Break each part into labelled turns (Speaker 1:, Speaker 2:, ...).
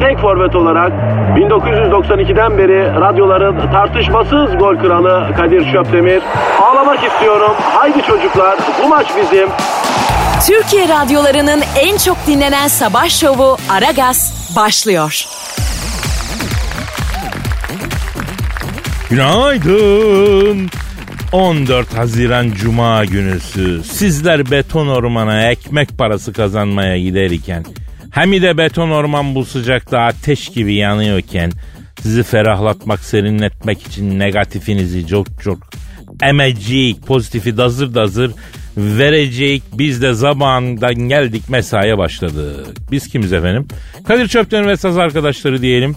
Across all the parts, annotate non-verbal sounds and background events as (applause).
Speaker 1: tek forvet olarak 1992'den beri radyoların tartışmasız gol kralı Kadir Şöpdemir. Ağlamak istiyorum. Haydi çocuklar bu maç bizim.
Speaker 2: Türkiye radyolarının en çok dinlenen sabah şovu Aragaz başlıyor.
Speaker 3: Günaydın. 14 Haziran Cuma günüsü. Sizler beton ormana ekmek parası kazanmaya giderken, Hamide beton orman bu sıcakta ateş gibi yanıyorken, sizi ferahlatmak, serinletmek için negatifinizi çok çok emecek, pozitifi dazır dazır verecek. Biz de zamandan geldik mesaiye başladık. Biz kimiz efendim? Kadir Çöpten ve Saz arkadaşları diyelim.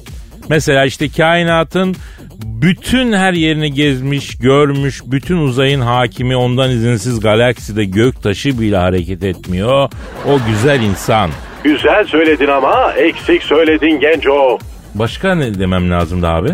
Speaker 3: Mesela işte kainatın bütün her yerini gezmiş, görmüş, bütün uzayın hakimi ondan izinsiz galakside gök taşı bile hareket etmiyor. O güzel insan.
Speaker 4: Güzel söyledin ama eksik söyledin genco.
Speaker 3: Başka ne demem lazımdı abi?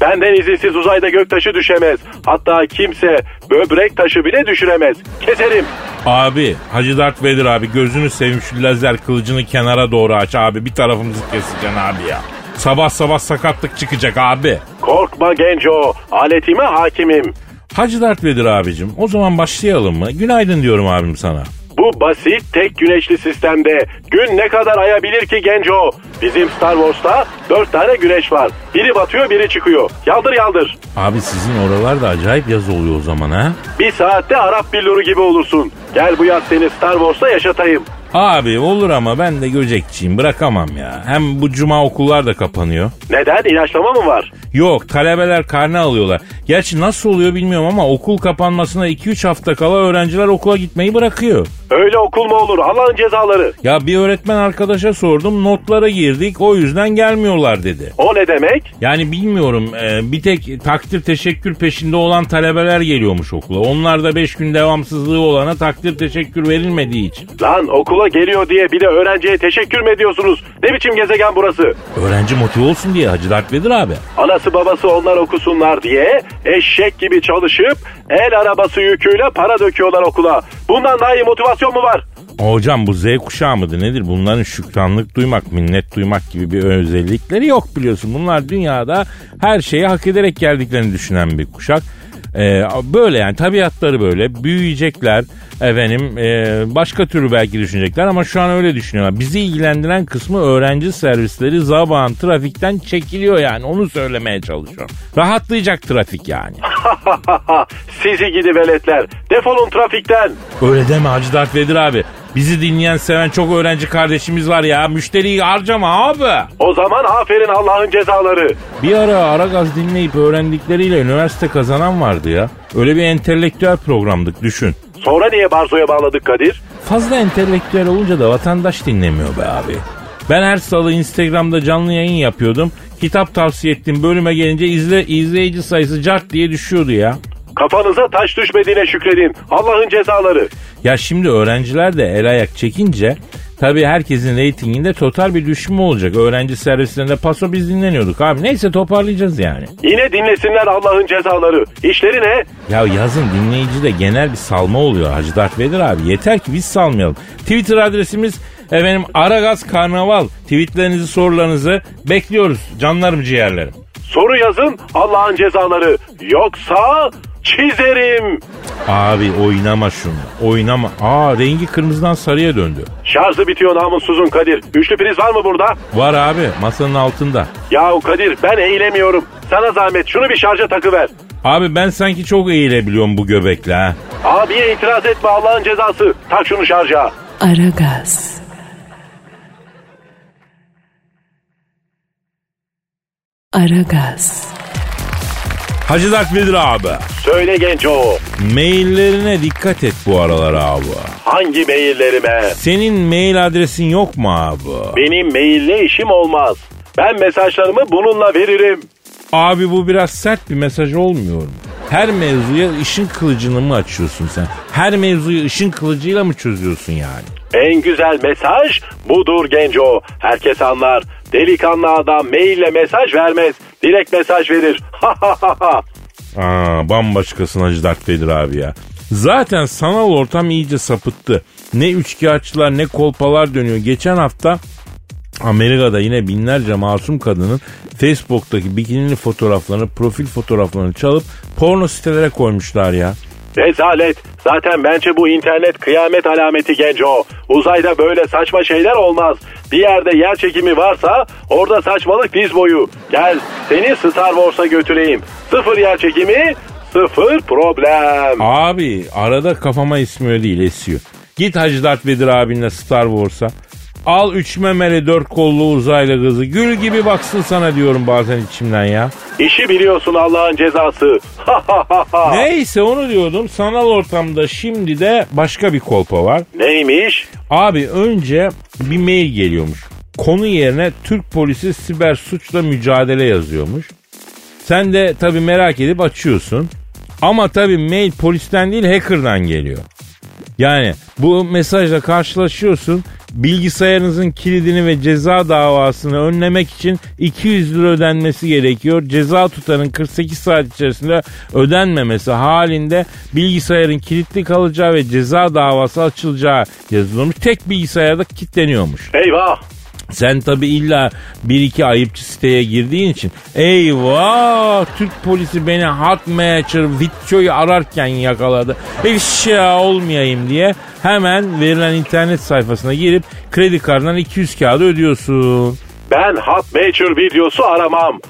Speaker 4: Benden izinsiz uzayda göktaşı düşemez. Hatta kimse böbrek taşı bile düşüremez. Keserim.
Speaker 3: Abi Hacı Dert Vedir abi gözünü seveyim şu lazer kılıcını kenara doğru aç abi. Bir tarafımızı keseceksin abi ya. Sabah sabah sakatlık çıkacak abi.
Speaker 4: Korkma genco. Aletime hakimim.
Speaker 3: Hacı Dert Vedir abicim o zaman başlayalım mı? Günaydın diyorum abim sana.
Speaker 4: Bu basit tek güneşli sistemde gün ne kadar ayabilir ki genco? Bizim Star Wars'ta dört tane güneş var. Biri batıyor biri çıkıyor. Yaldır yaldır.
Speaker 3: Abi sizin oralarda acayip yaz oluyor o zaman ha?
Speaker 4: Bir saatte Arap billuru gibi olursun. Gel bu yaz seni Star Wars'ta yaşatayım.
Speaker 3: Abi olur ama ben de göcekçiyim bırakamam ya. Hem bu cuma okullar da kapanıyor.
Speaker 4: Neden? İlaçlama mı var?
Speaker 3: Yok talebeler karne alıyorlar. Gerçi nasıl oluyor bilmiyorum ama okul kapanmasına 2-3 hafta kala öğrenciler okula gitmeyi bırakıyor.
Speaker 4: Öyle okul mu olur? Allah'ın cezaları.
Speaker 3: Ya bir öğretmen arkadaşa sordum notlara girdik o yüzden gelmiyorlar dedi.
Speaker 4: O ne demek?
Speaker 3: Yani bilmiyorum e, bir tek takdir teşekkür peşinde olan talebeler geliyormuş okula. Onlar da 5 gün devamsızlığı olana takdir teşekkür verilmediği için.
Speaker 4: Lan okula geliyor diye bir de öğrenciye teşekkür mü ediyorsunuz? Ne biçim gezegen burası?
Speaker 3: Öğrenci motive olsun diye Hacı Dert Vedir abi.
Speaker 4: Anası babası onlar okusunlar diye eşek gibi çalışıp el arabası yüküyle para döküyorlar okula. Bundan daha iyi motivasyon mu var?
Speaker 3: Hocam bu Z kuşağı mıdır nedir? Bunların şükranlık duymak, minnet duymak gibi bir özellikleri yok biliyorsun. Bunlar dünyada her şeyi hak ederek geldiklerini düşünen bir kuşak. Ee, böyle yani tabiatları böyle büyüyecekler efendim e, başka türlü belki düşünecekler ama şu an öyle düşünüyorlar. Bizi ilgilendiren kısmı öğrenci servisleri zaman trafikten çekiliyor yani onu söylemeye çalışıyorum. Rahatlayacak trafik yani.
Speaker 4: Sizi gidi veletler. Defolun trafikten.
Speaker 3: Öyle deme Hacı Dert Vedir abi. Bizi dinleyen seven çok öğrenci kardeşimiz var ya. Müşteriyi harcama abi.
Speaker 4: O zaman aferin Allah'ın cezaları.
Speaker 3: Bir ara Aragaz dinleyip öğrendikleriyle üniversite kazanan vardı ya. Öyle bir entelektüel programdık düşün.
Speaker 4: Sonra niye Barzo'ya bağladık Kadir?
Speaker 3: Fazla entelektüel olunca da vatandaş dinlemiyor be abi. Ben her salı Instagram'da canlı yayın yapıyordum. Kitap tavsiye ettim bölüme gelince izle, izleyici sayısı cart diye düşüyordu ya.
Speaker 4: Kafanıza taş düşmediğine şükredin. Allah'ın cezaları.
Speaker 3: Ya şimdi öğrenciler de el ayak çekince tabii herkesin reytinginde total bir düşme olacak. Öğrenci servislerinde paso biz dinleniyorduk abi. Neyse toparlayacağız yani.
Speaker 4: Yine dinlesinler Allah'ın cezaları. İşleri ne?
Speaker 3: Ya yazın dinleyici de genel bir salma oluyor Hacı Dert Vedir abi. Yeter ki biz salmayalım. Twitter adresimiz efendim Aragaz Karnaval. Tweetlerinizi sorularınızı bekliyoruz canlarım ciğerlerim.
Speaker 4: Soru yazın Allah'ın cezaları. Yoksa çizerim.
Speaker 3: Abi oynama şunu oynama. Aa rengi kırmızıdan sarıya döndü.
Speaker 4: Şarjı bitiyor namussuzun Kadir. Üçlü priz var mı burada?
Speaker 3: Var abi masanın altında.
Speaker 4: Yahu Kadir ben eğilemiyorum. Sana zahmet şunu bir şarja takıver.
Speaker 3: Abi ben sanki çok eğilebiliyorum bu göbekle ha.
Speaker 4: Abiye itiraz etme Allah'ın cezası. Tak şunu şarja.
Speaker 2: Aragaz, Aragaz,
Speaker 3: Hacı Dert Vedir abi.
Speaker 4: Söyle Genco.
Speaker 3: Maillerine dikkat et bu aralar abi.
Speaker 4: Hangi maillerime?
Speaker 3: Senin mail adresin yok mu abi?
Speaker 4: Benim maille işim olmaz. Ben mesajlarımı bununla veririm.
Speaker 3: Abi bu biraz sert bir mesaj olmuyor mu? Her mevzuya ışın kılıcını mı açıyorsun sen? Her mevzuyu ışın kılıcıyla mı çözüyorsun yani?
Speaker 4: En güzel mesaj budur Genco. Herkes anlar. Delikanlı adam maille mesaj vermez. Direkt mesaj verir. (laughs) Ha ha ha ha.
Speaker 3: Aa, bambaşkasın Hacı Dert Vedir abi ya. Zaten sanal ortam iyice sapıttı. Ne üçkağıtçılar ne kolpalar dönüyor. Geçen hafta Amerika'da yine binlerce masum kadının Facebook'taki bikinili fotoğraflarını, profil fotoğraflarını çalıp porno sitelere koymuşlar ya.
Speaker 4: Rezalet. Zaten bence bu internet kıyamet alameti Genco. Uzayda böyle saçma şeyler olmaz. Bir yerde yer çekimi varsa orada saçmalık diz boyu. Gel seni Star Wars'a götüreyim. Sıfır yer çekimi, sıfır problem.
Speaker 3: Abi arada kafama esmiyor değil esiyor. Git Hacı Dert Vedir abinle Star Wars'a. Al üç memeli dört kollu uzaylı kızı. Gül gibi baksın sana diyorum bazen içimden ya.
Speaker 4: İşi biliyorsun Allah'ın cezası. (laughs) Ha ha ha ha.
Speaker 3: Neyse onu diyordum. Sanal ortamda şimdi de başka bir kolpa var.
Speaker 4: Neymiş?
Speaker 3: Abi önce bir mail geliyormuş. Konu yerine Türk polisi siber suçla mücadele yazıyormuş. Sen de tabi merak edip açıyorsun. Ama tabi mail polisten değil hacker'dan geliyor. Yani bu mesajla karşılaşıyorsun. Bilgisayarınızın kilidini ve ceza davasını önlemek için 200 lira ödenmesi gerekiyor. Ceza tutarın 48 saat içerisinde ödenmemesi halinde bilgisayarın kilitli kalacağı ve ceza davası açılacağı yazılmış. Tek bilgisayarda kilitleniyormuş.
Speaker 4: Eyvah.
Speaker 3: Sen tabi illa bir iki ayıpçı siteye girdiğin için eyvah Türk polisi beni hot matcher Vitcho'yu ararken yakaladı. Eşya olmayayım diye hemen verilen internet sayfasına girip kredi kartından 200 kağıdı ödüyorsun.
Speaker 4: Ben Hot Major videosu aramam.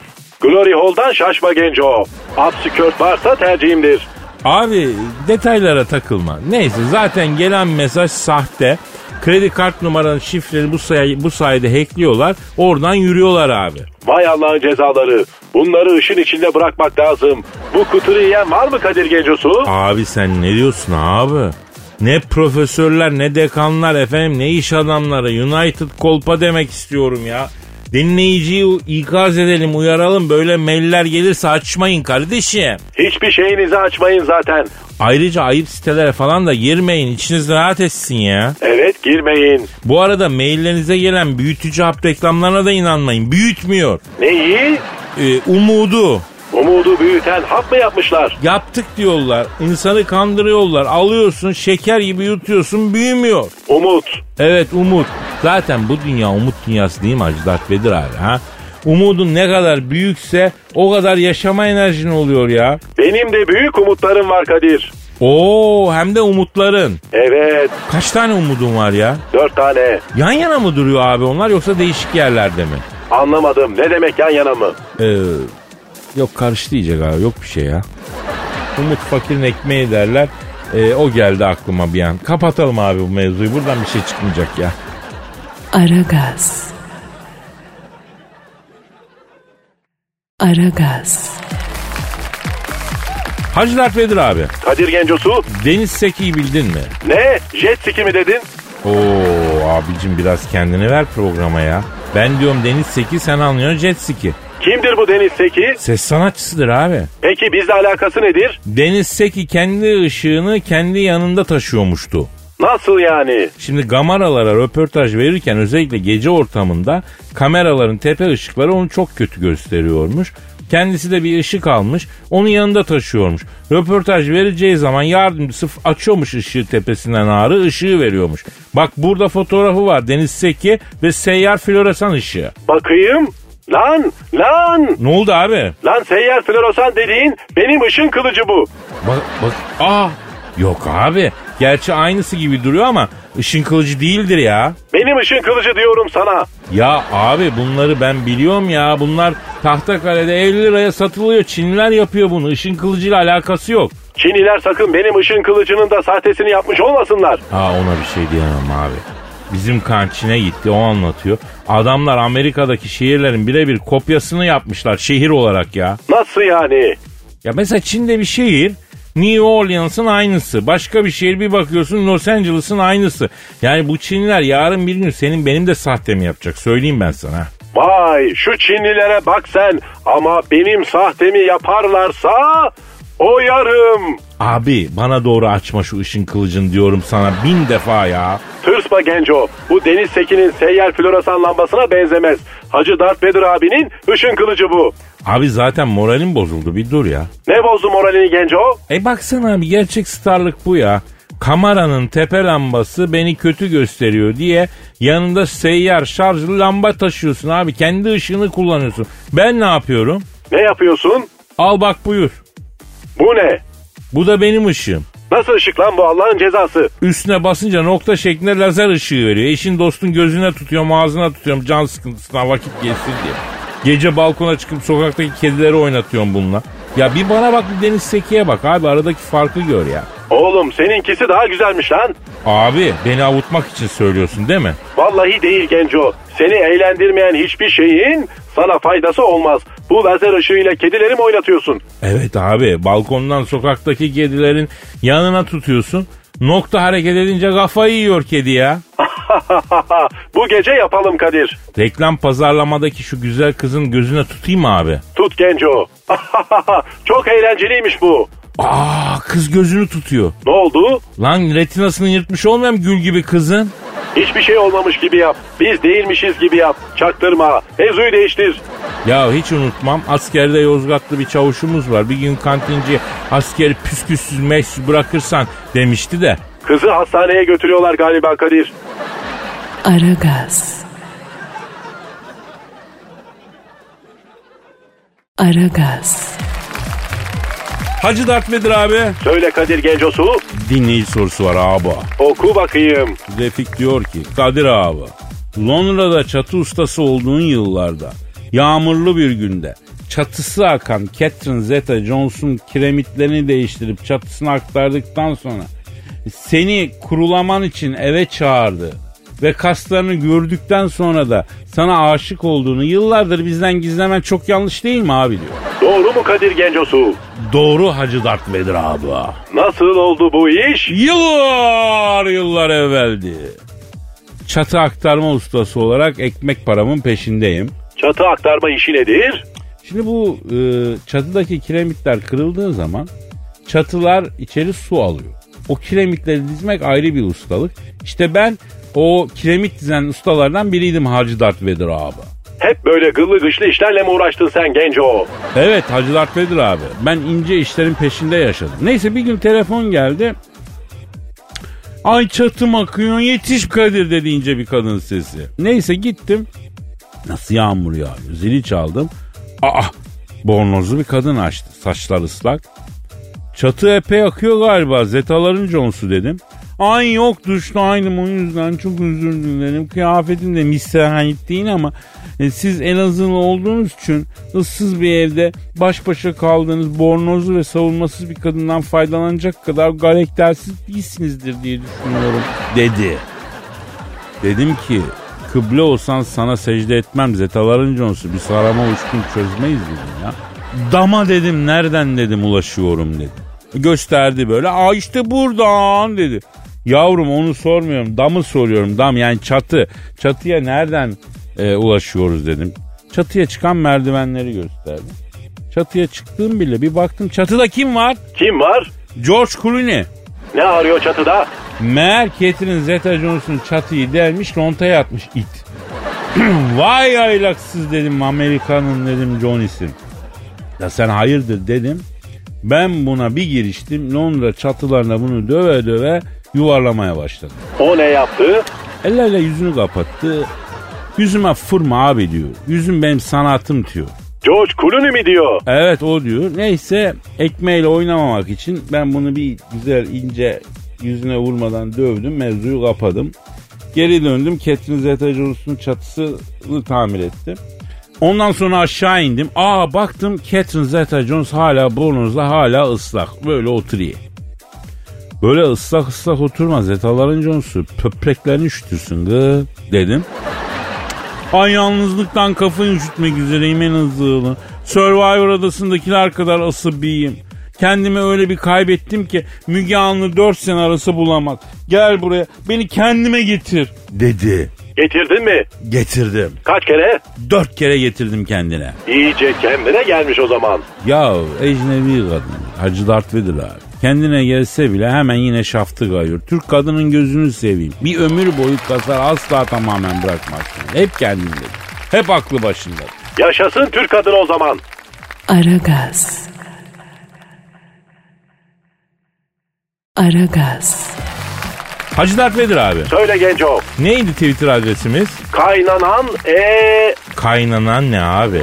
Speaker 4: Glory Hall'dan şaşma Genco. Upskirt varsa tercihimdir.
Speaker 3: Abi detaylara takılma. Neyse zaten gelen mesaj sahte. Kredi kart numaranın şifreni bu, say- bu sayede hackliyorlar. Oradan yürüyorlar abi.
Speaker 4: Vay Allah'ın cezaları. Bunları ışın içinde bırakmak lazım. Bu kuturu yiyen var mı Kadir Gencosu?
Speaker 3: Abi sen ne diyorsun abi? Ne profesörler ne dekanlar efendim ne iş adamları United kolpa demek istiyorum ya. Dinleyiciyi u- ikaz edelim uyaralım böyle mailler gelirse açmayın kardeşim.
Speaker 4: Hiçbir şeyinizi açmayın zaten.
Speaker 3: Ayrıca ayıp sitelere falan da girmeyin içiniz rahat etsin ya.
Speaker 4: Evet girmeyin.
Speaker 3: Bu arada maillerinize gelen büyütücü hap reklamlarına da inanmayın büyütmüyor.
Speaker 4: Neyi?
Speaker 3: Ee, umudu
Speaker 4: Umudu büyüten hap mı yapmışlar?
Speaker 3: yaptık diyorlar insanı kandırıyorlar alıyorsun şeker gibi yutuyorsun büyümüyor.
Speaker 4: Umut.
Speaker 3: Evet umut. Zaten bu dünya umut dünyası değil mi Hacı Dert Vedir abi ha? Umudun ne kadar büyükse o kadar yaşama enerjin oluyor ya.
Speaker 4: Benim de büyük umutlarım var Kadir.
Speaker 3: Oo hem de umutların.
Speaker 4: Evet.
Speaker 3: Kaç tane umudun var ya?
Speaker 4: Dört tane.
Speaker 3: Yan yana mı duruyor abi onlar yoksa değişik yerlerde mi?
Speaker 4: Anlamadım. Ne demek yan yana mı?
Speaker 3: Ee, yok karıştı diyecek abi yok bir şey ya. Umut fakirin ekmeği derler. Ee, o geldi aklıma bir an. Kapatalım abi bu mevzuyu buradan bir şey çıkmayacak ya.
Speaker 2: Aragaz. Aragaz.
Speaker 3: Hacı Dert Vedir abi.
Speaker 4: Kadir Gencosu.
Speaker 3: Deniz Seki'yi bildin mi?
Speaker 4: Ne? Jet ski mi dedin?
Speaker 3: Oo abicim biraz kendini ver programa ya. Ben diyorum Deniz Seki sen anlıyorsun Jet Seki.
Speaker 4: Kimdir bu Deniz Seki?
Speaker 3: Ses sanatçısıdır abi.
Speaker 4: Peki bizle alakası nedir?
Speaker 3: Deniz Seki kendi ışığını kendi yanında taşıyormuştu.
Speaker 4: Nasıl yani?
Speaker 3: Şimdi gamaralara röportaj verirken özellikle gece ortamında kameraların tepe ışıkları onu çok kötü gösteriyormuş. Kendisi de bir ışık almış, onun yanında taşıyormuş. Röportaj vereceği zaman yardımcısı f- açıyormuş ışığı tepesinden ağrı, ışığı veriyormuş. Bak burada fotoğrafı var Deniz Seki ve seyyar floresan ışığı.
Speaker 4: Bakayım. Lan! Lan!
Speaker 3: Ne oldu abi?
Speaker 4: Lan seyyar floresan dediğin benim ışın kılıcı bu.
Speaker 3: Bak bak. Aa. Ah! Yok abi. Gerçi aynısı gibi duruyor ama ışın kılıcı değildir ya.
Speaker 4: Benim ışın kılıcı diyorum sana.
Speaker 3: Ya abi bunları ben biliyorum ya. Bunlar Tahtakale'de 50 liraya satılıyor. Çinliler yapıyor bunu. Işın kılıcıyla alakası yok.
Speaker 4: Çinliler sakın benim ışın kılıcının da sahtesini yapmış olmasınlar.
Speaker 3: Aa ona bir şey diyemem abi. Bizim kançine gitti o anlatıyor. Adamlar Amerika'daki şehirlerin birebir kopyasını yapmışlar şehir olarak ya.
Speaker 4: Nasıl yani?
Speaker 3: Ya mesela Çin'de bir şehir New Orleans'ın aynısı. Başka bir şehir bir bakıyorsun Los Angeles'ın aynısı. Yani bu Çinliler yarın bir gün senin benim de sahtemi yapacak. Söyleyeyim ben sana.
Speaker 4: Vay şu Çinlilere bak sen ama benim sahtemi yaparlarsa o yarım.
Speaker 3: Abi bana doğru açma şu ışın kılıcın diyorum sana bin defa ya.
Speaker 4: Tırsma Genco bu Deniz Seki'nin seyyar floresan lambasına benzemez. Hacı Darth Vader abinin ışın kılıcı bu.
Speaker 3: Abi zaten moralim bozuldu bir dur ya.
Speaker 4: Ne bozdu moralini Genco?
Speaker 3: E baksana abi gerçek starlık bu ya. Kameranın tepe lambası beni kötü gösteriyor diye yanında seyyar şarjlı lamba taşıyorsun abi. Kendi ışığını kullanıyorsun. Ben ne yapıyorum?
Speaker 4: Ne yapıyorsun?
Speaker 3: Al bak buyur.
Speaker 4: Bu ne?
Speaker 3: Bu da benim ışığım.
Speaker 4: Nasıl ışık lan bu Allah'ın cezası?
Speaker 3: Üstüne basınca nokta şeklinde lazer ışığı veriyor. Eşin dostun gözüne tutuyorum ağzına tutuyorum can sıkıntısına vakit geçsin diye. Gece balkona çıkıp sokaktaki kedileri oynatıyorum bununla. Ya bir bana bak bir Deniz Seki'ye bak abi aradaki farkı gör ya.
Speaker 4: Oğlum seninkisi daha güzelmiş lan.
Speaker 3: Abi beni avutmak için söylüyorsun değil mi?
Speaker 4: Vallahi değil Genco. Seni eğlendirmeyen hiçbir şeyin sana faydası olmaz. Bu lazer ışığıyla kedileri mi oynatıyorsun? (laughs)
Speaker 3: Evet abi balkondan sokaktaki kedilerin yanına tutuyorsun. Nokta hareket edince kafayı yiyor kedi ya.
Speaker 4: Bu gece yapalım Kadir.
Speaker 3: Reklam pazarlamadaki şu güzel kızın gözüne tutayım mı abi.
Speaker 4: Tut Genco. (laughs) Çok eğlenceliymiş bu.
Speaker 3: Aa kız gözünü tutuyor.
Speaker 4: Ne oldu?
Speaker 3: Lan retinasını yırtmış olmayan gül gibi kızın.
Speaker 4: Hiçbir şey olmamış gibi yap. Biz değilmişiz gibi yap. Çaktırma. Mevzuyu değiştir.
Speaker 3: Ya hiç unutmam askerde Yozgatlı bir çavuşumuz var. Bir gün kantinci askeri püsküzsüz meşsüz bırakırsan demişti de.
Speaker 4: Kızı hastaneye götürüyorlar galiba Kadir.
Speaker 5: Aragaz. Aragaz.
Speaker 3: Hacı Dert Vedir abi?
Speaker 4: Söyle Kadir Gencosu.
Speaker 3: Dinleyici sorusu var abi.
Speaker 4: Oku bakayım.
Speaker 3: Refik diyor ki Kadir abi Londra'da çatı ustası olduğun yıllarda yağmurlu bir günde çatısı akan Catherine Zeta Jones'un kiremitlerini değiştirip çatısını aktardıktan sonra seni kurulaman için eve çağırdı ve kaslarını gördükten sonra da sana aşık olduğunu yıllardır bizden gizlemen çok yanlış değil mi abi diyor.
Speaker 4: Doğru mu Kadir Gencosu?
Speaker 3: Doğru Hacı Dert Vedir abi.
Speaker 4: Nasıl oldu bu iş?
Speaker 3: Yıllar yıllar evveldi. Çatı aktarma ustası olarak ekmek paramın peşindeyim.
Speaker 4: Çatı aktarma işi nedir?
Speaker 3: Şimdi bu e, çatıdaki kiremitler kırıldığı zaman çatılar içeri su alıyor. O kiremitleri dizmek ayrı bir ustalık. İşte ben o kiremit dizen ustalardan biriydim Hacı Dert Vedir abi.
Speaker 4: Hep böyle gıllı gışlı işlerle mi uğraştın sen Genco?
Speaker 3: Evet Hacı Dert Vedir abi. Ben ince işlerin peşinde yaşadım. Neyse bir gün telefon geldi. Ay çatım akıyor yetiş Kadir dedi ince bir kadın sesi. Neyse gittim. Nasıl yağmur yağıyor? Zili çaldım. Aa bornozlu bir kadın açtı. Saçlar ıslak. Çatı epey akıyor galiba. Zetaların Jones'u dedim. Ay yok düştü aynı o yüzden çok özür dilerim. Kıyafetim de misrahit değil ama e, siz Elazığlı olduğunuz için ıssız bir evde baş başa kaldığınız bornozlu ve savunmasız bir kadından faydalanacak kadar galektersiz değilsinizdir diye düşünüyorum dedi. Dedim ki kıble olsan sana secde etmem Zetaların Jones'u bir sarama uçkun çözmeyiz dedim ya. Dama dedim nereden dedim ulaşıyorum dedi. Gösterdi böyle aa işte buradan dedi. Yavrum onu sormuyorum damı soruyorum dam yani çatı. Çatıya nereden e, ulaşıyoruz dedim. Çatıya çıkan merdivenleri gösterdi. Çatıya çıktım bile bir baktım çatıda kim var?
Speaker 4: Kim var?
Speaker 3: George Clooney.
Speaker 4: Ne arıyor çatıda?
Speaker 3: Meğer Catherine Zeta Jones'un çatıyı delmiş lontaya atmış it. (clears throat) Vay aylaksız dedim Amerikan'ın dedim Johnny'sin. Ya sen hayırdır dedim. Ben buna bir giriştim. Londra çatılarına bunu döve döve yuvarlamaya başladım.
Speaker 4: O ne yaptı?
Speaker 3: Ellerle yüzünü kapattı. Yüzüme fırma abi diyor. Yüzüm benim sanatım diyor.
Speaker 4: George Clooney mi diyor?
Speaker 3: Evet o diyor. Neyse ekmeğiyle oynamamak için ben bunu bir güzel ince yüzüne vurmadan dövdüm. Mevzuyu kapadım. Geri döndüm. Catherine Zeta-Jones'un çatısını tamir ettim. Ondan sonra aşağı indim. Aa baktım Catherine Zeta-Jones hala bornozla hala ıslak. Böyle oturuyor. Böyle ıslak ıslak oturma Zetaların Jones'u. Pöpreklerini üşütürsün gı dedim. Ay yalnızlıktan kafayı üşütmek üzereyim en hızlı. Survivor adasındakiler kadar asabiyim. Kendimi öyle bir kaybettim ki Müge Anlı 4 sene arası bulamaz. Gel buraya beni kendime getir.
Speaker 6: Dedi.
Speaker 4: Getirdin mi?
Speaker 6: Getirdim.
Speaker 4: Kaç kere?
Speaker 3: Dört kere getirdim kendine.
Speaker 4: İyice kendine gelmiş o zaman.
Speaker 3: Ya ecnebi kadın. Hacı Darth Vader abi. Kendine gelse bile hemen yine şaftı kayıyor. Türk kadının gözünü seveyim. Bir ömür boyu kasar asla tamamen bırakmaz. Hep kendinde. Hep aklı başında.
Speaker 4: Yaşasın Türk kadını o zaman.
Speaker 5: Aragaz. Aragaz.
Speaker 3: Hacı Darth Vader abi.
Speaker 4: Söyle Genco.
Speaker 3: Neydi Twitter adresimiz?
Speaker 4: Kaynanan ee,
Speaker 3: Kaynanan ne abi?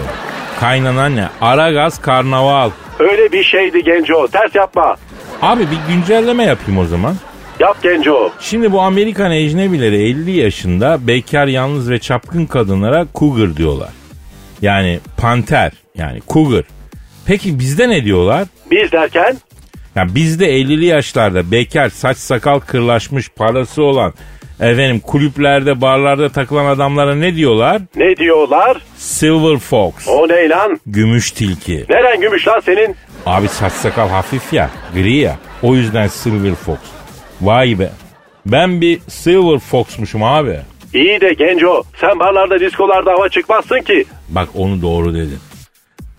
Speaker 3: Kaynanan ne? Aragaz Karnaval.
Speaker 4: öyle bir şeydi Genco. Ters yapma.
Speaker 3: Abi bir güncelleme yapayım o zaman.
Speaker 4: Yap Genco.
Speaker 3: Şimdi bu Amerikan ecnebileri 50 yaşında bekar, yalnız ve çapkın kadınlara cougar diyorlar. Yani panter yani cougar. Peki bizde ne diyorlar?
Speaker 4: Biz derken
Speaker 3: Ya bizde 50'li yaşlarda bekar, saç sakal kırlaşmış, parası olan, efendim kulüplerde, barlarda takılan adamlara ne diyorlar?
Speaker 4: ne diyorlar?
Speaker 3: Silver fox,
Speaker 4: O ne lan?
Speaker 3: gümüş tilki.
Speaker 4: Neren gümüş lan senin?
Speaker 3: Abi saç sakal hafif ya, gri ya. O yüzden silver fox. Vay be. Ben bir silver fox'muşum abi.
Speaker 4: İyi de Genco sen barlarda diskolarda hava çıkmazsın ki.
Speaker 3: Bak onu doğru dedin.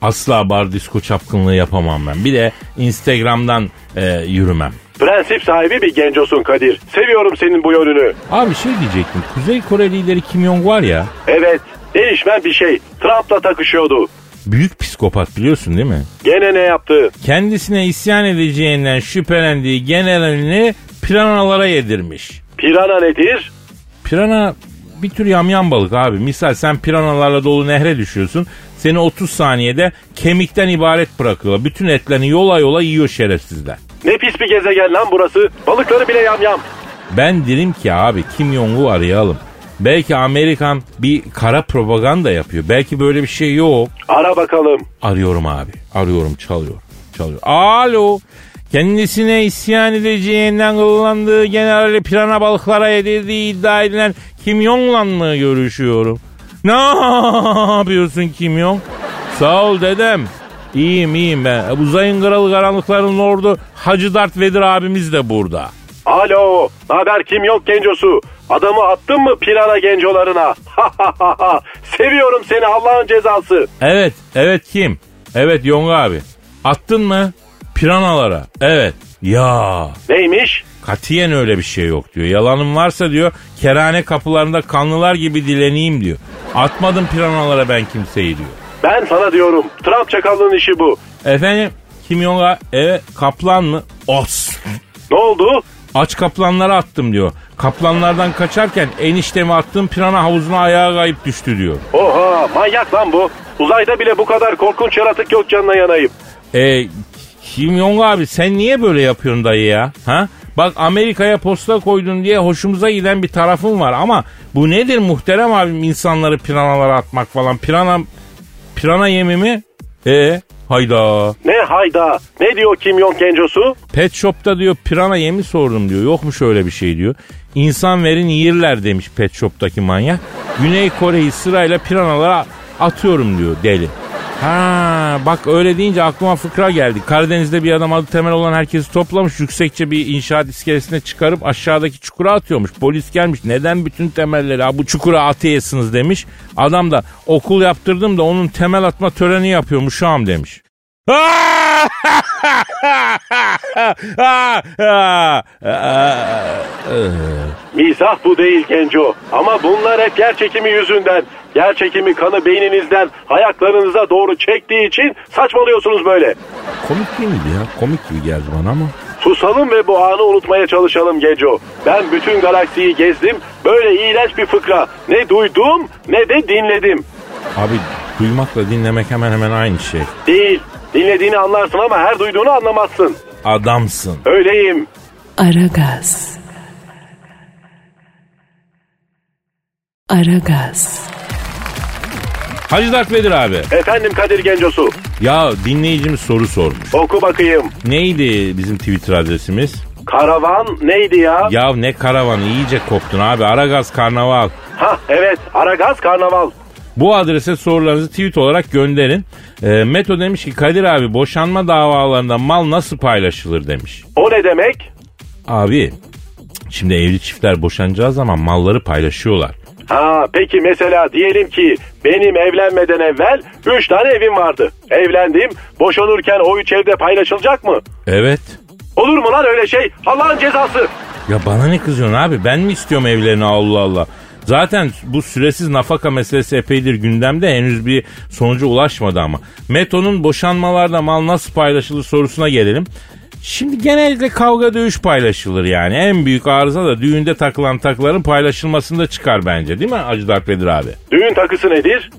Speaker 3: Asla bar disko çapkınlığı yapamam ben. Bir de Instagram'dan e, yürümem.
Speaker 4: Prensip sahibi bir gencosun Kadir. Seviyorum senin bu yönünü.
Speaker 3: Abi şey diyecektim. Kuzey Kore lideri Kim Jong var ya.
Speaker 4: Evet değişmen bir şey. Trump'la takışıyordu.
Speaker 3: Büyük psikopat biliyorsun değil mi?
Speaker 4: Gene ne yaptı?
Speaker 3: Kendisine isyan edeceğinden şüphelendiği generalini piranalara yedirmiş.
Speaker 4: Pirana nedir?
Speaker 3: Pirana bir tür yamyam balık abi. Misal sen piranalarla dolu nehre düşüyorsun. Seni 30 saniyede kemikten ibaret bırakıyorlar. Bütün etlerini yola yola yiyor şerefsizler.
Speaker 4: Ne pis bir gezegen lan burası. Balıkları bile yamyam.
Speaker 3: Ben derim ki abi Kim Jong-un arayalım. Belki Amerikan bir kara propaganda yapıyor. Belki böyle bir şey yok.
Speaker 4: Ara bakalım.
Speaker 3: Arıyorum abi. Arıyorum çalıyor. Çalıyor. Alo. Kendisine isyan edeceğinden kullandığı generali pirana balıklara yedirdiği iddia edilen Kim Jong'la mı görüşüyorum? Ne yapıyorsun Kim Jong? Sağ ol dedem. İyiyim iyiyim ben. Uzayın kralı karanlıkların lordu Hacı Dert Vedir abimiz de burada.
Speaker 4: Alo. Haber kim yok gencosu. Adamı attın mı pirana gencolarına? (laughs) Seviyorum seni Allah'ın cezası.
Speaker 3: Evet, evet kim? Evet Yonga abi. Attın mı? Piranalara. Evet. Ya
Speaker 4: Neymiş?
Speaker 3: katiyen öyle bir şey yok diyor. Yalanım varsa diyor kerane kapılarında kanlılar gibi dileneyim diyor. Atmadım piranalara ben kimseyi diyor.
Speaker 4: Ben sana diyorum. Trump çakallığın işi bu.
Speaker 3: Efendim Kim Jong'a evet kaplan mı? Os.
Speaker 4: Ne oldu?
Speaker 3: Aç kaplanlara attım diyor. Kaplanlardan kaçarken eniştemi attığım pirana havuzuna ayağa kayıp düştü diyor.
Speaker 4: Oha manyak lan bu. Uzayda bile bu kadar korkunç yaratık yok canına yanayım.
Speaker 3: E, Kim Jong abi sen niye böyle yapıyorsun dayı ya? Ha? Bak Amerika'ya posta koydun diye hoşumuza giden bir tarafın var ama bu nedir muhterem abim insanları piranalara atmak falan. Pirana, pirana yemi mi? E hayda.
Speaker 4: Ne hayda. Ne diyor Kim Jong gencosu?
Speaker 3: Pet shop'ta diyor pirana yemi sordum diyor. Yokmuş öyle bir şey diyor. İnsan verin yiyirler demiş pet shop'taki manyak. Güney Kore'yi sırayla piranalara atıyorum diyor deli. Ha bak öyle deyince aklıma fıkra geldi. Karadeniz'de bir adam adı temel olan herkesi toplamış. Yüksekçe bir inşaat iskelesine çıkarıp aşağıdaki çukura atıyormuş. Polis gelmiş. Neden bütün temelleri ha bu çukura atıyorsunuz demiş. Adam da okul yaptırdım da onun temel atma töreni yapıyormuş şu an demiş. (laughs) Ah! Ah! Ah! Ah!
Speaker 4: Mizah bu değil Genco. Ama bunlar hep yer çekimi yüzünden. Yer çekimi kanı beyninizden ayaklarınıza doğru çektiği için saçmalıyorsunuz böyle.
Speaker 3: Komik değil miydi ya? Komik gibi geldi bana ama.
Speaker 4: Susalım ve bu anı unutmaya çalışalım Genco. Ben bütün galaksiyi gezdim. Böyle iğrenç bir fıkra. Ne duydum ne de dinledim.
Speaker 3: Abi duymakla dinlemek hemen hemen aynı şey.
Speaker 4: Değil. Dinlediğini anlarsın ama her duyduğunu anlamazsın.
Speaker 3: Adamsın.
Speaker 4: Öyleyim.
Speaker 5: Aragaz. Aragaz.
Speaker 3: Hacı Dert Vedir abi.
Speaker 4: Efendim Kadir Gencosu.
Speaker 3: Ya dinleyicimiz soru sormuş.
Speaker 4: Oku bakayım.
Speaker 3: Neydi bizim Twitter adresimiz?
Speaker 4: Karavan neydi ya?
Speaker 3: Ya ne karavanı iyice koptun abi. Aragaz Karnaval.
Speaker 4: Ha evet. Aragaz Karnaval.
Speaker 3: Bu adrese sorularınızı tweet olarak gönderin. E, Meto demiş ki Kadir abi boşanma davalarında mal nasıl paylaşılır demiş.
Speaker 4: O ne demek?
Speaker 3: Abi şimdi evli çiftler boşanacağı zaman malları paylaşıyorlar.
Speaker 4: Ha peki mesela diyelim ki benim evlenmeden evvel 3 tane evim vardı. Evlendim, boşanırken o 3 evde paylaşılacak mı?
Speaker 3: Evet.
Speaker 4: Olur mu lan öyle şey? Allah'ın cezası.
Speaker 3: Ya bana ne kızıyorsun abi? Ben mi istiyorum evlerini Allah Allah? Zaten bu süresiz nafaka meselesi epeydir gündemde henüz bir sonuca ulaşmadı ama. Meto'nun boşanmalarda mal nasıl paylaşılır sorusuna gelelim. Şimdi genellikle kavga dövüş paylaşılır yani. En büyük arıza da düğünde takılan takların paylaşılmasında çıkar bence değil mi Hacı Dark Vedir abi?
Speaker 4: Düğün takısı nedir?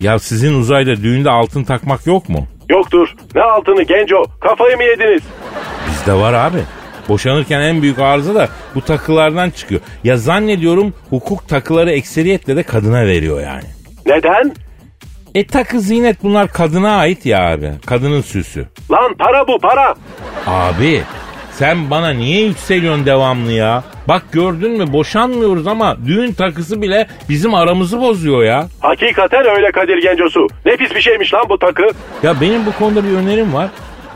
Speaker 3: Ya sizin uzayda düğünde altın takmak yok mu?
Speaker 4: Yoktur. Ne altını genco? Kafayı mı yediniz?
Speaker 3: Bizde var abi. Boşanırken en büyük arıza da bu takılardan çıkıyor. Ya zannediyorum hukuk takıları ekseriyetle de kadına veriyor yani.
Speaker 4: Neden?
Speaker 3: E takı zinet bunlar kadına ait ya abi. Kadının süsü.
Speaker 4: Lan para bu para.
Speaker 3: Abi sen bana niye yükseliyorsun devamlı ya? Bak gördün mü boşanmıyoruz ama düğün takısı bile bizim aramızı bozuyor ya.
Speaker 4: Hakikaten öyle Kadir Gencosu. Ne pis bir şeymiş lan bu takı.
Speaker 3: Ya benim bu konuda bir önerim var.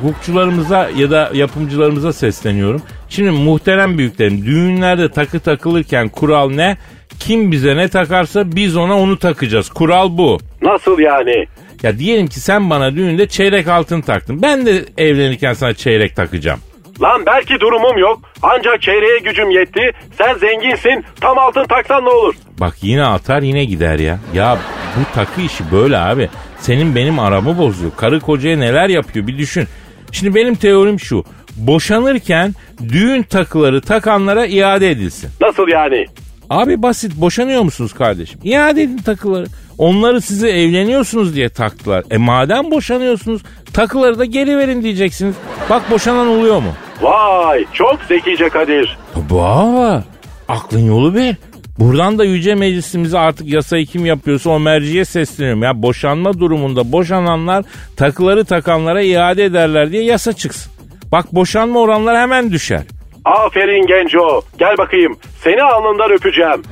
Speaker 3: Hukukçularımıza ya da yapımcılarımıza sesleniyorum. Şimdi muhterem büyüklerim düğünlerde takı takılırken kural ne? Kim bize ne takarsa biz ona onu takacağız. Kural bu.
Speaker 4: Nasıl yani?
Speaker 3: Ya diyelim ki sen bana düğünde çeyrek altın taktın. Ben de evlenirken sana çeyrek takacağım.
Speaker 4: Lan belki durumum yok. Ancak çeyreğe gücüm yetti. Sen zenginsin. Tam altın taksan ne olur?
Speaker 3: Bak yine atar yine gider ya. Ya bu takı işi böyle abi. Senin benim aramı bozuyor. Karı kocaya neler yapıyor bir düşün. Şimdi benim teorim şu. Boşanırken düğün takıları takanlara iade edilsin.
Speaker 4: Nasıl yani?
Speaker 3: Abi basit boşanıyor musunuz kardeşim? İade edin takıları. Onları size evleniyorsunuz diye taktılar. E madem boşanıyorsunuz takıları da geri verin diyeceksiniz. Bak boşanan oluyor mu?
Speaker 4: Vay çok zekice Kadir.
Speaker 3: Baba aklın yolu bir. Buradan da Yüce Meclisimize artık yasayı kim yapıyorsa o merciye sesleniyorum. Ya boşanma durumunda boşananlar takıları takanlara iade ederler diye yasa çıksın. Bak boşanma oranları hemen düşer.
Speaker 4: Aferin Genco. Gel bakayım. Seni alnından öpeceğim.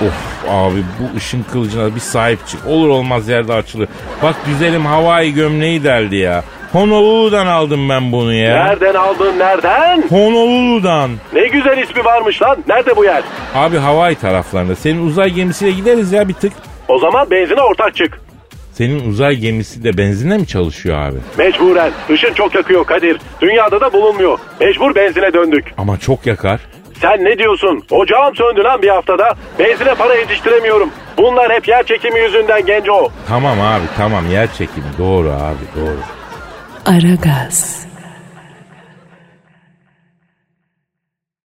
Speaker 3: Of abi bu ışın kılıcına bir sahip çık. Olur olmaz yerde açılır. Bak güzelim havai gömleği deldi ya. Honolulu'dan aldım ben bunu ya.
Speaker 4: Nereden aldın nereden?
Speaker 3: Honolulu'dan.
Speaker 4: Ne güzel ismi varmış lan. Nerede bu yer?
Speaker 3: Abi Hawaii taraflarında. Senin uzay gemisiyle gideriz ya bir tık.
Speaker 4: O zaman benzine ortak çık.
Speaker 3: Senin uzay gemisi de benzinle mi çalışıyor abi?
Speaker 4: Mecburen. Işın çok yakıyor Kadir. Dünyada da bulunmuyor. Mecbur benzine döndük.
Speaker 3: Ama çok yakar.
Speaker 4: Sen ne diyorsun? Ocağım söndü lan bir haftada. Benzine para yetiştiremiyorum. Bunlar hep yer çekimi yüzünden Genco.
Speaker 3: Tamam abi tamam yer çekimi doğru abi doğru.
Speaker 5: Aragaz.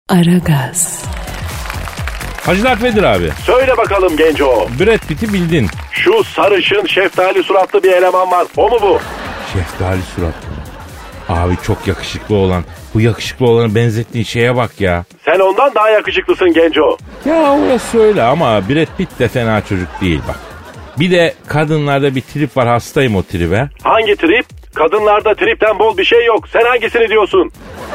Speaker 5: Aragaz.
Speaker 3: Hacı Dert Vedir abi.
Speaker 4: Söyle bakalım Genco.
Speaker 3: Brad Pitt'i bildin.
Speaker 4: Şu sarışın şeftali suratlı bir eleman var. O mu bu?
Speaker 3: Şeftali suratlı. Abi çok yakışıklı olan. Bu yakışıklı olanı benzettiğin şeye bak ya.
Speaker 4: Sen ondan daha yakışıklısın Genco.
Speaker 3: Ya orası öyle ama Brad Pitt de fena çocuk değil bak. Bir de kadınlarda bir trip var hastayım o tribe.
Speaker 4: Hangi trip? Kadınlarda tripten bol bir şey yok. Sen hangisini diyorsun?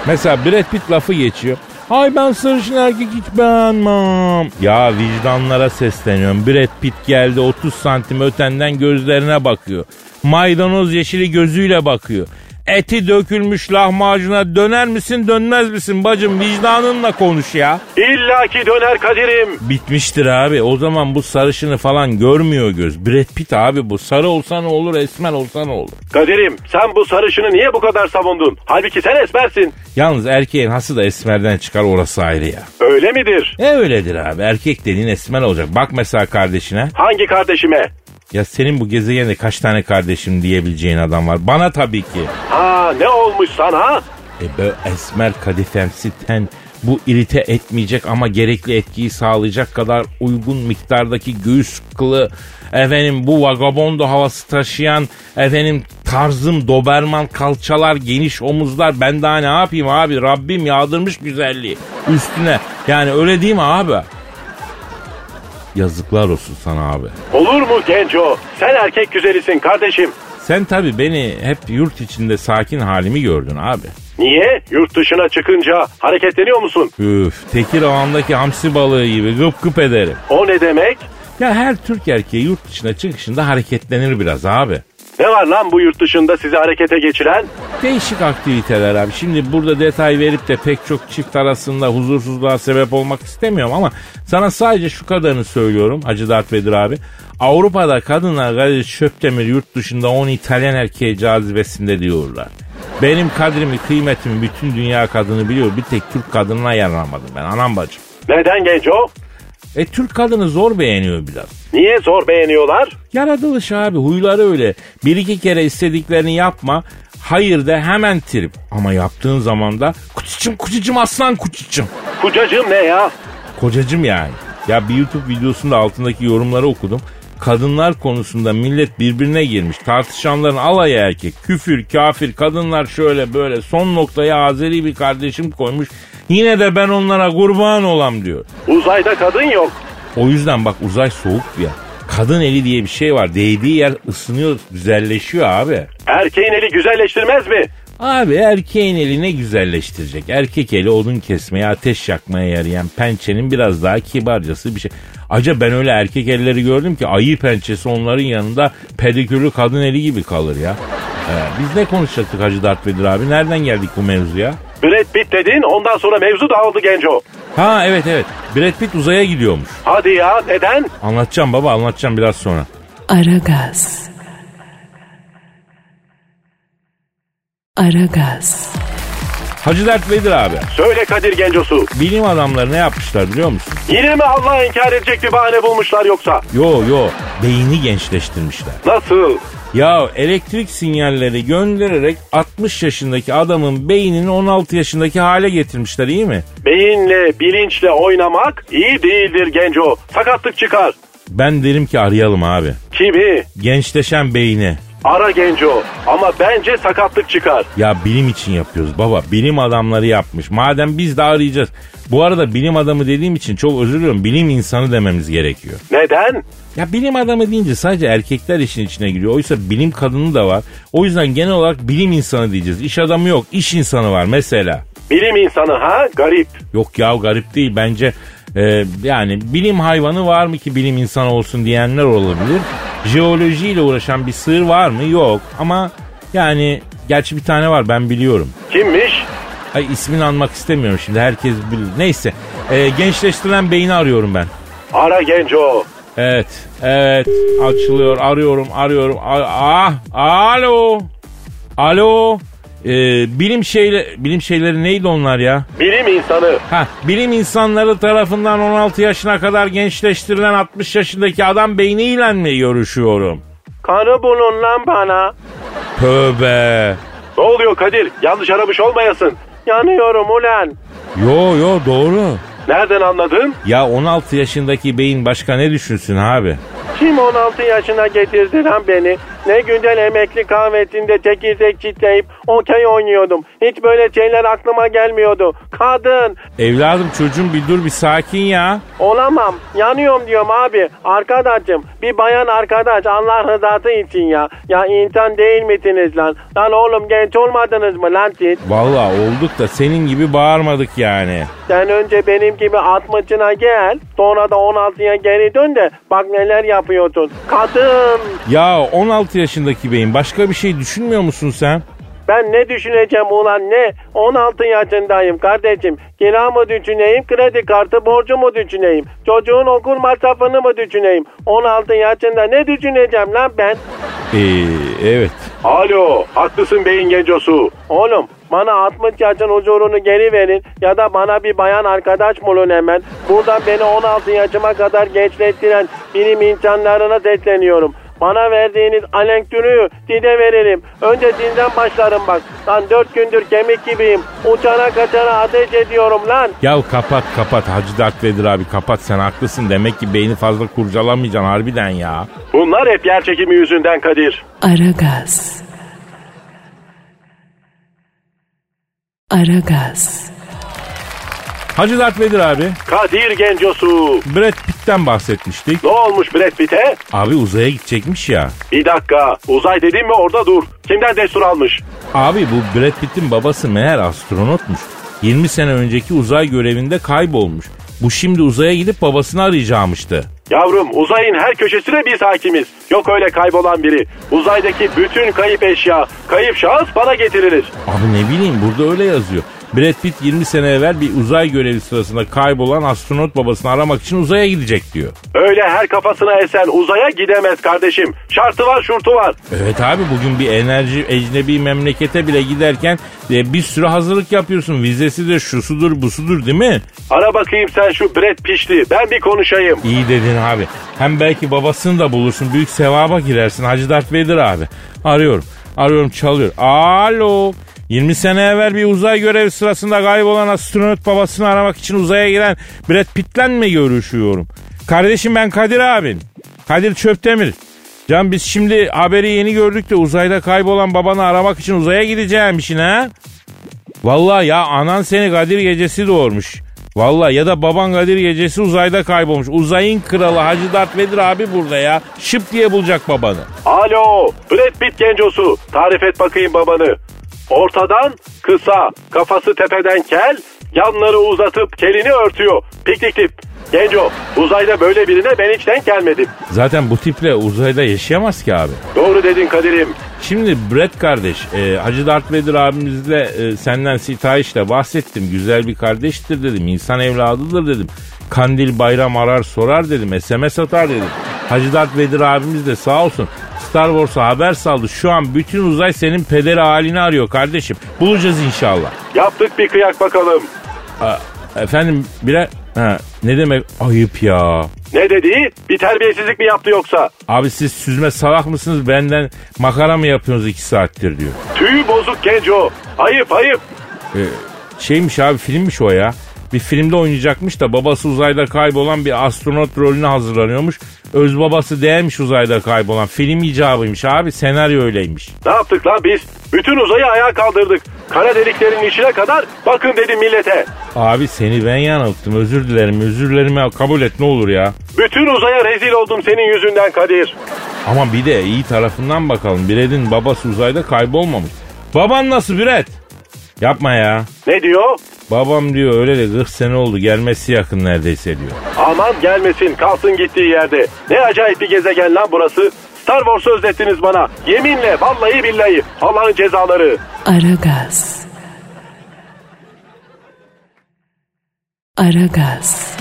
Speaker 3: Mesela Brad Pitt lafı geçiyor. Ay ben sarışın erkek hiç beğenmem. Ya vicdanlara sesleniyorum. Brad Pitt geldi 30 santim ötenden gözlerine bakıyor. Maydanoz yeşili gözüyle bakıyor. Eti dökülmüş lahmacuna döner misin dönmez misin bacım vicdanınla konuş ya.
Speaker 4: İlla ki döner Kadir'im.
Speaker 3: Bitmiştir abi o zaman bu sarışını falan görmüyor göz. Brad Pitt abi bu sarı olsa ne olur esmer olsa ne olur.
Speaker 4: Kadir'im sen bu sarışını niye bu kadar savundun? Halbuki sen esmersin.
Speaker 3: Yalnız erkeğin hası da esmerden çıkar orası ayrı ya.
Speaker 4: Öyle midir?
Speaker 3: E öyledir abi. Erkek dediğin esmer olacak. Bak mesela kardeşine.
Speaker 4: Hangi kardeşime?
Speaker 3: Ya senin bu gezegende kaç tane kardeşim diyebileceğin adam var. Bana tabii ki.
Speaker 4: Ha ne olmuş sana?
Speaker 3: E böyle esmer kadifemsi ten bu irite etmeyecek ama gerekli etkiyi sağlayacak kadar uygun miktardaki göğüs kılı efendim bu vagabondo havası taşıyan efendim tarzım doberman kalçalar geniş omuzlar ben daha ne yapayım abi Rabbim yağdırmış güzelliği üstüne yani öyle değil mi abi? Yazıklar olsun sana abi.
Speaker 4: Olur mu Genco? Sen erkek güzelisin kardeşim.
Speaker 3: Sen tabi beni hep yurt içinde sakin halimi gördün abi.
Speaker 4: Niye? Yurt dışına çıkınca hareketleniyor musun?
Speaker 3: Üf, Tekir hamsi balığı gibi gıp gıp ederim.
Speaker 4: O ne demek?
Speaker 3: Ya her Türk erkeği yurt dışına çıkışında hareketlenir biraz abi.
Speaker 4: Ne var lan bu yurt dışında sizi harekete geçiren?
Speaker 3: Değişik aktiviteler abi. Şimdi burada detay verip de pek çok çift arasında huzursuzluğa sebep olmak istemiyorum ama sana sadece şu kadarını söylüyorum Hacı Dert Vedir abi. Avrupa'da kadınlar Kadir Şöpdemir yurt dışında 10 İtalyan erkeği cazibesinde diyorlar. Benim kadrimi, kıymetimi bütün dünya kadını biliyor. Bir tek Türk kadınına yaranamadım ben anam bacım.
Speaker 4: Neden Genco?
Speaker 3: E Türk kadını zor beğeniyor biraz.
Speaker 4: Niye zor beğeniyorlar?
Speaker 3: Yaratılış abi huyları öyle. Bir iki kere istediklerini yapma. Hayır de hemen trip. Ama yaptığın zaman da kuçucum kuçucum aslan kuçucum.
Speaker 4: Kucacığım ne ya?
Speaker 3: Kocacım yani. Ya bir YouTube videosunda altındaki yorumları okudum. Kadınlar konusunda millet birbirine girmiş. Tartışanların alayı erkek. Küfür, kafir, kadınlar şöyle böyle. Son noktaya Azeri bir kardeşim koymuş. Yine de ben onlara kurban olam diyor.
Speaker 4: Uzayda kadın yok.
Speaker 3: O yüzden bak uzay soğuk ya. Kadın eli diye bir şey var. Değdiği yer ısınıyor, güzelleşiyor abi.
Speaker 4: Erkeğin eli güzelleştirmez mi?
Speaker 3: Abi erkeğin eli ne güzelleştirecek? Erkek eli odun kesmeye, ateş yakmaya yarayan pençenin biraz daha kibarcası bir şey. Acaba ben öyle erkek elleri gördüm ki ayı pençesi onların yanında pedikürlü kadın eli gibi kalır ya. Ee, biz ne konuşacaktık Hacı Dert Vedir abi? Nereden geldik bu mevzuya?
Speaker 4: Brad Pitt dedin ondan sonra mevzu dağıldı Genco.
Speaker 3: Ha evet evet. Brad Pitt uzaya gidiyormuş.
Speaker 4: Hadi ya neden?
Speaker 3: Anlatacağım baba anlatacağım biraz sonra.
Speaker 5: Aragaz. Aragaz.
Speaker 3: Hacı Dert Vedir abi.
Speaker 4: Söyle Kadir Gencosu.
Speaker 3: Bilim adamları ne yapmışlar biliyor musun?
Speaker 4: Yine mi Allah'a inkar edecek bir bahane bulmuşlar yoksa?
Speaker 3: Yo yo beyni gençleştirmişler.
Speaker 4: Nasıl?
Speaker 3: Ya elektrik sinyalleri göndererek 60 yaşındaki adamın beynini 16 yaşındaki hale getirmişler iyi mi?
Speaker 4: Beyinle, bilinçle oynamak iyi değildir Genco. Sakatlık çıkar.
Speaker 3: Ben derim ki arayalım abi.
Speaker 4: Kimi?
Speaker 3: Gençleşen beyni.
Speaker 4: Ara Genco. Ama bence sakatlık çıkar.
Speaker 3: Ya bilim için yapıyoruz baba. Bilim adamları yapmış. Madem biz de arayacağız. Bu arada bilim adamı dediğim için çok özür diliyorum. Bilim insanı dememiz gerekiyor.
Speaker 4: Neden?
Speaker 3: Ya bilim adamı deyince sadece erkekler işin içine giriyor. Oysa bilim kadını da var. O yüzden genel olarak bilim insanı diyeceğiz. İş adamı yok. iş insanı var mesela.
Speaker 4: Bilim insanı ha? Garip.
Speaker 3: Yok ya garip değil bence. e, yani bilim hayvanı var mı ki bilim insanı olsun diyenler olabilir. Jeolojiyle uğraşan bir sığır var mı? Yok. Ama yani gerçi bir tane var ben biliyorum.
Speaker 4: Kimmiş?
Speaker 3: Ay ismini anmak istemiyorum şimdi herkes bilir. Neyse e, gençleştirilen beyni arıyorum ben.
Speaker 4: Ara Genco.
Speaker 3: Evet, evet. Açılıyor. Arıyorum, arıyorum. A- ah, alo. Alo. Ee, bilim şeyle bilim şeyleri neydi onlar ya?
Speaker 4: Bilim insanı.
Speaker 3: Ha, bilim insanları tarafından 16 yaşına kadar gençleştirilen 60 yaşındaki adam beyniyle mi görüşüyorum?
Speaker 4: Kanı bulun lan bana.
Speaker 3: Tövbe.
Speaker 4: Ne oluyor Kadir? Yanlış aramış olmayasın. Yanıyorum ulan.
Speaker 3: Yo yo doğru.
Speaker 4: Nereden anladın?
Speaker 3: Ya 16 yaşındaki beyin başka ne düşünsün abi?
Speaker 4: Kim 16 yaşına getirdi lan beni? Ne güzel emekli kahvetinde tekirdek çitleyip okey oynuyordum. Hiç böyle şeyler aklıma gelmiyordu. Kadın
Speaker 3: Evladım çocuğum bir dur bir sakin ya.
Speaker 4: olamam. Yanıyorum diyorum abi. Arkadaşım bir bayan arkadaş Allah rızası için ya. Ya insan değil misiniz lan? Lan oğlum genç olmadınız mı lan siz?
Speaker 3: Vallahi olduk da senin gibi bağırmadık yani.
Speaker 4: Sen önce benim gibi 60'ına gel. Sonra da 16'ya geri dön de bak neler yapıyorsun. Kadın
Speaker 3: Ya 16 yaşındaki beyin başka bir şey düşünmüyor musun sen?
Speaker 4: Ben ne düşüneceğim ulan ne? 16 yaşındayım kardeşim. Kira mı düşüneyim, kredi kartı borcu mu düşüneyim? Çocuğun okul masrafını mı düşüneyim? 16 yaşında ne düşüneceğim lan ben?
Speaker 3: Ee, evet.
Speaker 4: Alo, haklısın beyin gencosu. Oğlum, bana 60 yaşın huzurunu geri verin ya da bana bir bayan arkadaş bulun hemen. Buradan beni 16 yaşıma kadar gençleştiren bilim insanlarına sesleniyorum. Bana verdiğiniz alenktürüyü dine veririm. Önce dinden başlarım bak. Lan dört gündür kemik gibiyim. Uçana kaçana ateş ediyorum lan.
Speaker 3: Ya kapat kapat Hacı Dert Vedir abi kapat sen haklısın. Demek ki beyni fazla kurcalamayacaksın harbiden ya.
Speaker 4: Bunlar hep yer çekimi yüzünden Kadir.
Speaker 5: Aragaz. Aragaz.
Speaker 3: Hacı Dert Vedir abi
Speaker 4: Kadir Gencosu.
Speaker 3: Brad Pitt'ten bahsetmiştik.
Speaker 4: Ne olmuş Brad Pitt'e?
Speaker 3: Abi uzaya gidecekmiş ya.
Speaker 4: Bir dakika. Uzay dedin mi orada dur. Kimden destur almış?
Speaker 3: Abi bu Brad Pitt'in babası meğer astronotmuş. 20 sene önceki uzay görevinde kaybolmuş. Bu şimdi uzaya gidip babasını arayacağımıştı.
Speaker 4: Yavrum uzayın her köşesine biz hakimiz. Yok öyle kaybolan biri. Uzaydaki bütün kayıp eşya, kayıp şahıs bana getirilir.
Speaker 3: Abi ne bileyim burada öyle yazıyor. Brad Pitt 20 sene evvel bir uzay görevi sırasında kaybolan astronot babasını aramak için uzaya gidecek diyor.
Speaker 4: Öyle her kafasına esen uzaya gidemez kardeşim. Şartı var şurtu var.
Speaker 3: Evet abi bugün bir enerji ecnebi memlekete bile giderken e, bir sürü hazırlık yapıyorsun. Vizesi de şusudur busudur değil mi?
Speaker 4: Ara bakayım sen şu Brad Pitt'li. Ben bir konuşayım.
Speaker 3: İyi dedin abi. Hem belki babasını da bulursun. Büyük sevaba girersin. Hacı Dert Vedir abi. Arıyorum. Arıyorum çalıyor. Alo. 20 sene evvel bir uzay görevi sırasında kaybolan astronot babasını aramak için uzaya giren Brad Pitt'le mi görüşüyorum? Kardeşim ben Kadir abin. Kadir Çöptemir. Can biz şimdi haberi yeni gördük de uzayda kaybolan babanı aramak için uzaya gideceğim işin ha? Vallahi ya anan seni Kadir gecesi doğurmuş. Vallahi ya da baban Kadir gecesi uzayda kaybolmuş. Uzayın kralı Hacı Dert Vedir abi burada ya. Şıp diye bulacak babanı.
Speaker 4: Alo Brad Pitt gencosu. Tarif et bakayım babanı. Ortadan kısa, kafası tepeden kel, yanları uzatıp kelini örtüyor. Piknik tip. Genco, uzayda böyle birine ben hiç denk gelmedim.
Speaker 3: Zaten bu tiple uzayda yaşayamaz ki abi.
Speaker 4: Doğru dedin Kadir'im.
Speaker 3: Şimdi Brett kardeş, e, Hacı Dert Vedir abimizle e, senden sitayişle bahsettim. Güzel bir kardeştir dedim, insan evladıdır dedim. Kandil bayram arar sorar dedim, SMS atar dedim. Hacı Dert Vedir abimiz de sağ olsun Star Wars'a haber saldı. Şu an bütün uzay senin pederi halini arıyor kardeşim. Bulacağız inşallah.
Speaker 4: Yaptık bir kıyak bakalım.
Speaker 3: A- efendim bire... Ha, ne demek ayıp ya.
Speaker 4: Ne dedi? Bir terbiyesizlik mi yaptı yoksa?
Speaker 3: Abi siz süzme salak mısınız benden makara mı yapıyorsunuz iki saattir diyor.
Speaker 4: Tüy bozuk Genco. Ayıp ayıp.
Speaker 3: Ee, şeymiş abi filmmiş o ya. Bir filmde oynayacakmış da babası uzayda kaybolan bir astronot rolüne hazırlanıyormuş. Öz babası değermiş uzayda kaybolan. Film icabıymış abi senaryo öyleymiş.
Speaker 4: Ne yaptık lan biz? Bütün uzayı ayağa kaldırdık. Kara deliklerin içine kadar bakın dedim millete.
Speaker 3: Abi seni ben yanılttım özür dilerim özür dilerim ya kabul et ne olur ya.
Speaker 4: Bütün uzaya rezil oldum senin yüzünden Kadir.
Speaker 3: Ama bir de iyi tarafından bakalım. Brad'in babası uzayda kaybolmamış. Baban nasıl Brad? Yapma ya.
Speaker 4: Ne diyor?
Speaker 3: Babam diyor öyle de 40 sene oldu gelmesi yakın neredeyse diyor.
Speaker 4: Aman gelmesin kalsın gittiği yerde. Ne acayip bir gezegen lan burası. Star Wars'u özlettiniz bana. Yeminle vallahi billahi Allah'ın cezaları.
Speaker 5: Aragaz. Aragaz.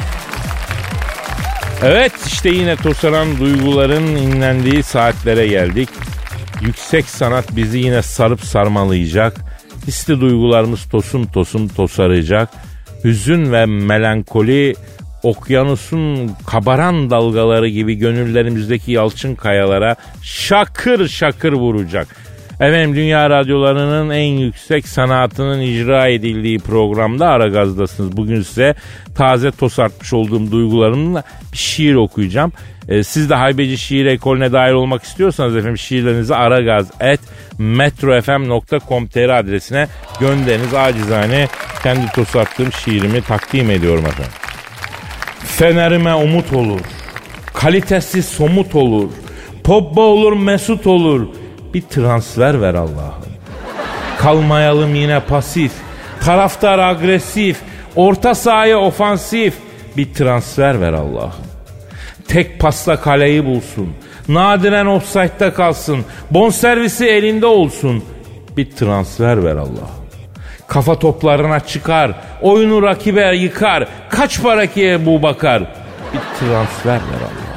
Speaker 3: Evet işte yine tosaran duyguların inlendiği saatlere geldik. Yüksek sanat bizi yine sarıp sarmalayacak. Hisli duygularımız tosum tosum tosaracak. Hüzün ve melankoli okyanusun kabaran dalgaları gibi gönüllerimizdeki yalçın kayalara şakır şakır vuracak. Efendim Dünya Radyoları'nın en yüksek sanatının icra edildiği programda Aragaz'dasınız. Bugün size taze tosartmış olduğum duygularımla bir şiir okuyacağım. Ee, siz de haybeci şiir ekolüne dahil olmak istiyorsanız efendim şiirlerinizi aragaz.metrofm.com.tr adresine gönderiniz. Acizane kendi tosarttığım şiirimi takdim ediyorum efendim. Fenerime umut olur. Kalitesi somut olur. Pobba olur mesut olur. Bir transfer ver Allah'ım. Kalmayalım yine pasif. Taraftar agresif. Orta sahaya ofansif. Bir transfer ver Allah'ım. Tek pasla kaleyi bulsun. Nadiren offside'da kalsın. Bonservisi elinde olsun. Bir transfer ver Allah'ım. Kafa toplarına çıkar. Oyunu rakibe yıkar. Kaç para ki bu bakar. Bir transfer ver Allah'ım.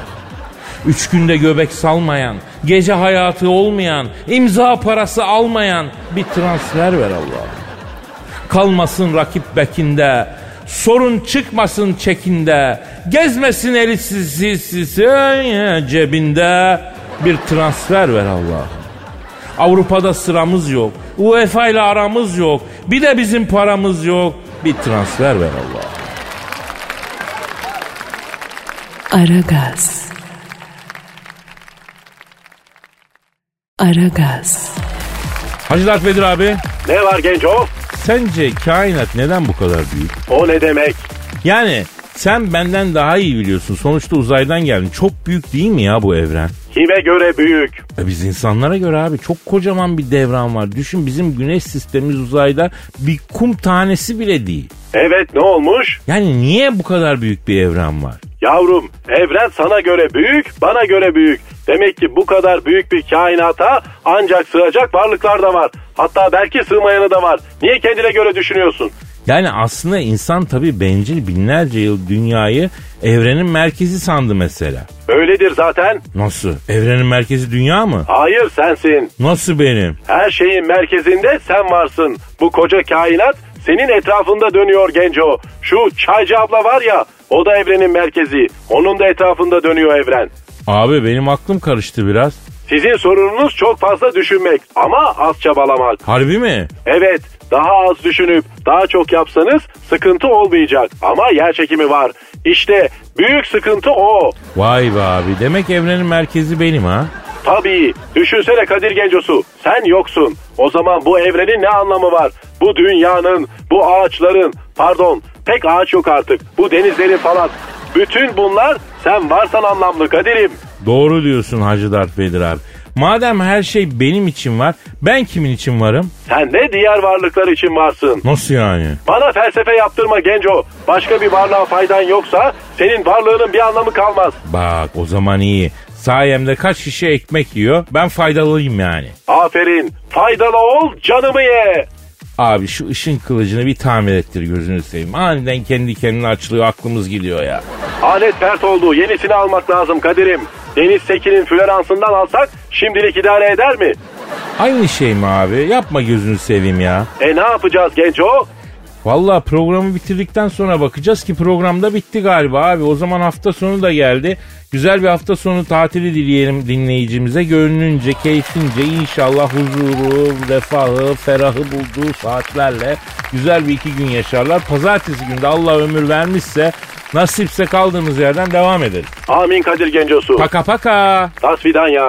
Speaker 3: Üç günde göbek salmayan, gece hayatı olmayan, imza parası almayan bir transfer ver Allah'ım. Kalmasın rakip bekinde, sorun çıkmasın çekinde, gezmesin eli siz- siz- siz- siz- cebinde bir transfer ver Allah'ım. Avrupa'da sıramız yok. UEFA ile aramız yok. Bir de bizim paramız yok. Bir transfer ver Allah.
Speaker 5: Aragaz. Aragaz.
Speaker 3: Hacı Dert Vedir abi
Speaker 4: Ne var Genco?
Speaker 3: sence kainat neden bu kadar büyük?
Speaker 4: O ne demek?
Speaker 3: Yani sen benden daha iyi biliyorsun. Sonuçta uzaydan geldin. Çok büyük değil mi ya bu evren?
Speaker 4: Kime göre büyük?
Speaker 3: E biz insanlara göre abi çok kocaman bir devran var. Düşün bizim güneş sistemimiz uzayda bir kum tanesi bile değil.
Speaker 4: Evet ne olmuş?
Speaker 3: Yani niye bu kadar büyük bir evren var?
Speaker 4: Yavrum evren sana göre büyük, bana göre büyük. Demek ki bu kadar büyük bir kainata ancak sığacak varlıklar da var. Hatta belki sığmayanı da var. Niye kendine göre düşünüyorsun?
Speaker 3: Yani aslında insan tabii bencil binlerce yıl dünyayı evrenin merkezi sandı mesela.
Speaker 4: Öyledir zaten.
Speaker 3: Nasıl? Evrenin merkezi dünya mı?
Speaker 4: Hayır sensin.
Speaker 3: Nasıl benim?
Speaker 4: Her şeyin merkezinde sen varsın. Bu koca kainat senin etrafında dönüyor genco. Şu çaycı abla var ya o da evrenin merkezi. Onun da etrafında dönüyor evren.
Speaker 3: Abi benim aklım karıştı biraz.
Speaker 4: Sizin sorununuz çok fazla düşünmek ama az çabalamak.
Speaker 3: Harbi mi?
Speaker 4: Evet daha az düşünüp daha çok yapsanız sıkıntı olmayacak ama yer çekimi var. İşte büyük sıkıntı o.
Speaker 3: Vay be abi demek evrenin merkezi benim ha.
Speaker 4: Tabii. Düşünsene Kadir Gencosu. Sen yoksun. O zaman bu evrenin ne anlamı var? Bu dünyanın, bu ağaçların, pardon pek ağaç yok artık. Bu denizlerin falan. Bütün bunlar sen varsan anlamlı Kadir'im.
Speaker 3: Doğru diyorsun Hacı Dert Vedir abi. Madem her şey benim için var ben kimin için varım?
Speaker 4: Sen de diğer varlıklar için varsın.
Speaker 3: Nasıl yani?
Speaker 4: Bana felsefe yaptırma Genco. Başka bir varlığa faydan yoksa senin varlığının bir anlamı kalmaz.
Speaker 3: Bak o zaman iyi. Sayemde kaç kişi ekmek yiyor ben faydalıyım yani.
Speaker 4: Aferin. Faydalı ol canımı ye.
Speaker 3: Abi şu ışın kılıcını bir tamir ettir gözünü seveyim. Aniden kendi kendine açılıyor aklımız gidiyor ya.
Speaker 4: Alet pert oldu. Yenisini almak lazım Kadir'im. Deniz Sekin'in fleransından alsak şimdilik idare eder mi?
Speaker 3: Aynı şey mi abi? Yapma gözünü seveyim ya.
Speaker 4: E ne yapacağız Genco?
Speaker 3: Vallahi programı bitirdikten sonra bakacağız ki programda bitti galiba abi. O zaman hafta sonu da geldi. Güzel bir hafta sonu tatili dileyelim dinleyicimize. Gönlünce, keyfince inşallah huzuru, refahı, ferahı bulduğu saatlerle güzel bir iki gün yaşarlar. Pazartesi günde Allah ömür vermişse nasipse kaldığımız yerden devam ederiz.
Speaker 4: Amin Kadir Gencosu.
Speaker 3: Paka paka.
Speaker 4: Tasfidan ya.